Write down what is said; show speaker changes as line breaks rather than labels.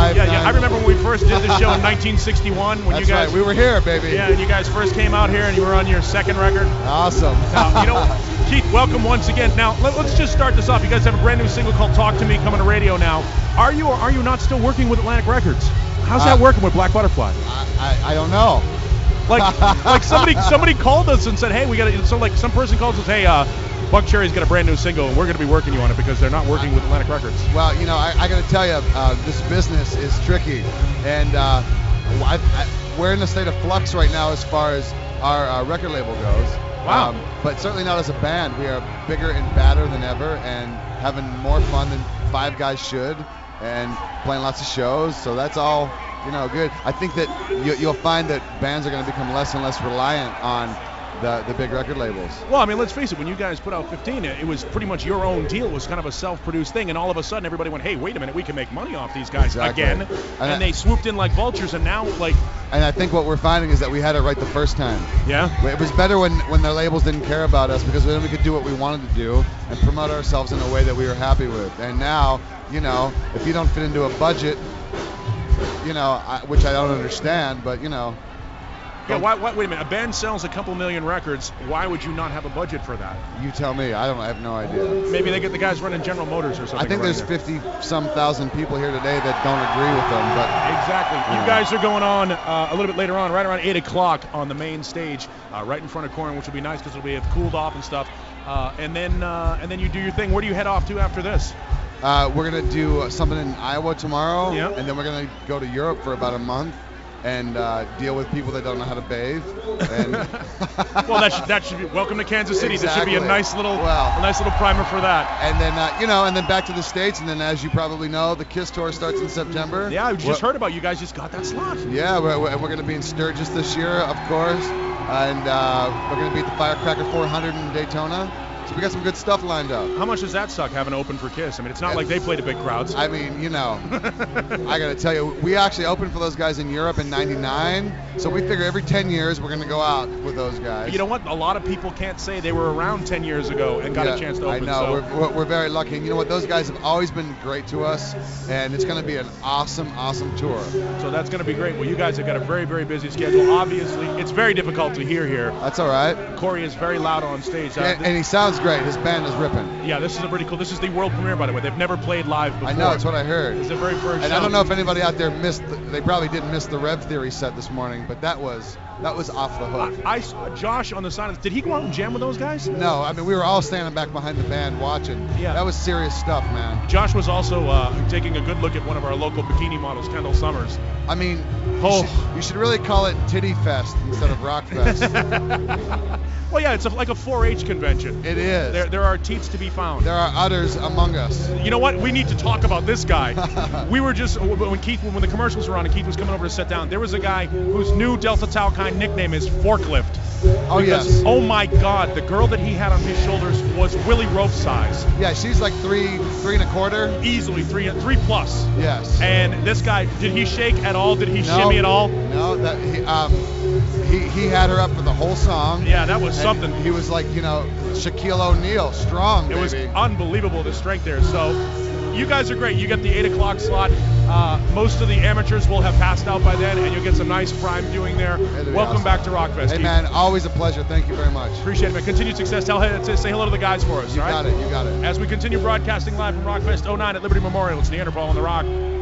I remember when we first did the show in 1961 when
That's
you guys
right. We were here, baby.
yeah, and you guys first came out here and you were on your second record.
Awesome.
Now, you know, Keith, welcome once again. Now let, us just start this off. You guys have a brand new single called "Talk to Me" coming to radio now. Are you or are you not still working with Atlantic Records? How's that
Uh,
working with Black Butterfly?
I, I, I don't know.
Like, like somebody somebody called us and said, hey, we got to. So like some person calls us, hey, uh, Buck Cherry's got a brand new single and we're going to be working you on it because they're not working with Atlantic Records.
Well, you know, I, I got to tell you, uh, this business is tricky, and uh, I, I, we're in a state of flux right now as far as our, uh record label goes. Um,
Wow.
but certainly not as a band. We are bigger and badder than ever, and having more fun than five guys should, and playing lots of shows. So that's all, you know, good. I think that you, you'll find that bands are going to become less and less reliant on the the big record labels.
Well, I mean, let's face it. When you guys put out 15, it it was pretty much your own deal. It was kind of a self-produced thing, and all of a sudden, everybody went, "Hey, wait a minute, we can make money off these guys
Exactly.
again."
And
And,
I-
they swooped in like vultures, and now, like,
And I think what we're finding is that we had it right the first time.
yeah,
It was better when, when their labels didn't care about us because then we could do what we wanted to do and promote ourselves in a way that we were happy with. And now, you know, if you don't fit into a budget, you know, I, which I don't understand, but you know,
yeah. Why, why, wait a minute. A band sells a couple million records. Why would you not have a budget for that?
you tell me. I don't. I have no idea.
Maybe they get the guys running General Motors or something.
I think
running
there's
it.
50 some thousand people here today that don't agree with them, but
Exactly. You
Yeah.
guys are going on uh, a little bit later on, right around 8 o'clock on the main stage, uh, right in front of Corin, which will be nice because it'll be it's cooled off and stuff. Uh, and then uh, and then you do your thing. Where do you head off to after this?
Uh, we're gonna do uh, something in Iowa tomorrow,
Yeah.
and then we're gonna go to Europe for about a month and uh, deal with people that don't know how to bathe. And
Well, that should, that should be welcome to Kansas City. This should be a
Exactly.
nice little
Wow.
a nice little primer for that.
and then uh, you know, and then back to the states, and then as you probably know, the Kiss tour starts in September.
Yeah, I just
We're-
heard about you guys just got that slot.
Yeah, we're, we're, we're gonna be in Sturgis this year, of course, and uh, we're gonna be at the Firecracker 400 in Daytona. So we got some good stuff lined up.
How much does that suck having to open for Kiss? I mean, it's not like they play to big crowds.
I mean, you know, I gotta tell you, we actually opened for those guys in Europe in '99, so we figure every 10 years we're gonna go out with those guys.
you know what? A lot of people can't say they were around 10 years ago and got
Yeah,
a chance to open.
I know
so-
we're, we're, we're very lucky, and you know what? Those guys have always been great to us, and it's gonna be an awesome, awesome tour.
So that's going to be great. Well, you guys have got a very, very busy schedule. Obviously, it's very difficult to hear here.
That's all right.
Corey is very loud on stage. Uh,
And,
th-
and he sounds great. His band is ripping.
yeah, this is a pretty cool. This is the world premiere, by the way. They've never played live before.
I know. It's what I heard.
It's the very first.
And
show.
I don't know if anybody out there missed. The, they probably didn't miss the Rev Theory set this morning, but that was that was off the hook.
I, I saw Josh on the side. Of, did he go out and jam with those guys?
No, I mean we were all standing back behind the band watching.
Yeah.
That was serious stuff, man.
Josh was also uh, taking a good look at one of our local bikini models, Kendall Summers.
I mean,
Oh.
you, should, you should really call it Titty Fest instead of Rock Fest.
Well, yeah, it's a, like a 4-H convention.
it is.
There,
There,
there are teats to be found.
are others among us. Oh,
You know what? We need to talk about this guy. we were just when Keith when the commercials were on and Keith was coming over to sit down. There was a guy whose new Delta Tau kind nickname is Forklift.
Oh yes.
Oh my God! The girl that he had on his shoulders was Willie Rope size,
Yeah, she's like three, three and a quarter.
easily three three plus.
Yes.
And this guy, did he shake at all? Did he shimmy at all?
No, that he, um, he he had her up for the whole song.
Yeah, that was
And
something.
He was like, you know, Shaquille O'Neal, strong
It
baby.
was unbelievable the strength there. So you guys are great. You get the eight o'clock slot. Uh, most of the amateurs will have passed out by then, and you'll get some nice prime viewing there.
It'll be
Welcome
awesome.
back to Rockfest.
Hey
Keith.
man, always a pleasure. Thank you very much.
Appreciate it, man. Continued success. Tell say, say hello to the guys for us.
You
all right?
got it. You got it.
oh As we continue broadcasting live from Rockfest 09 at Liberty Memorial, it's Neanderthal on the Rock.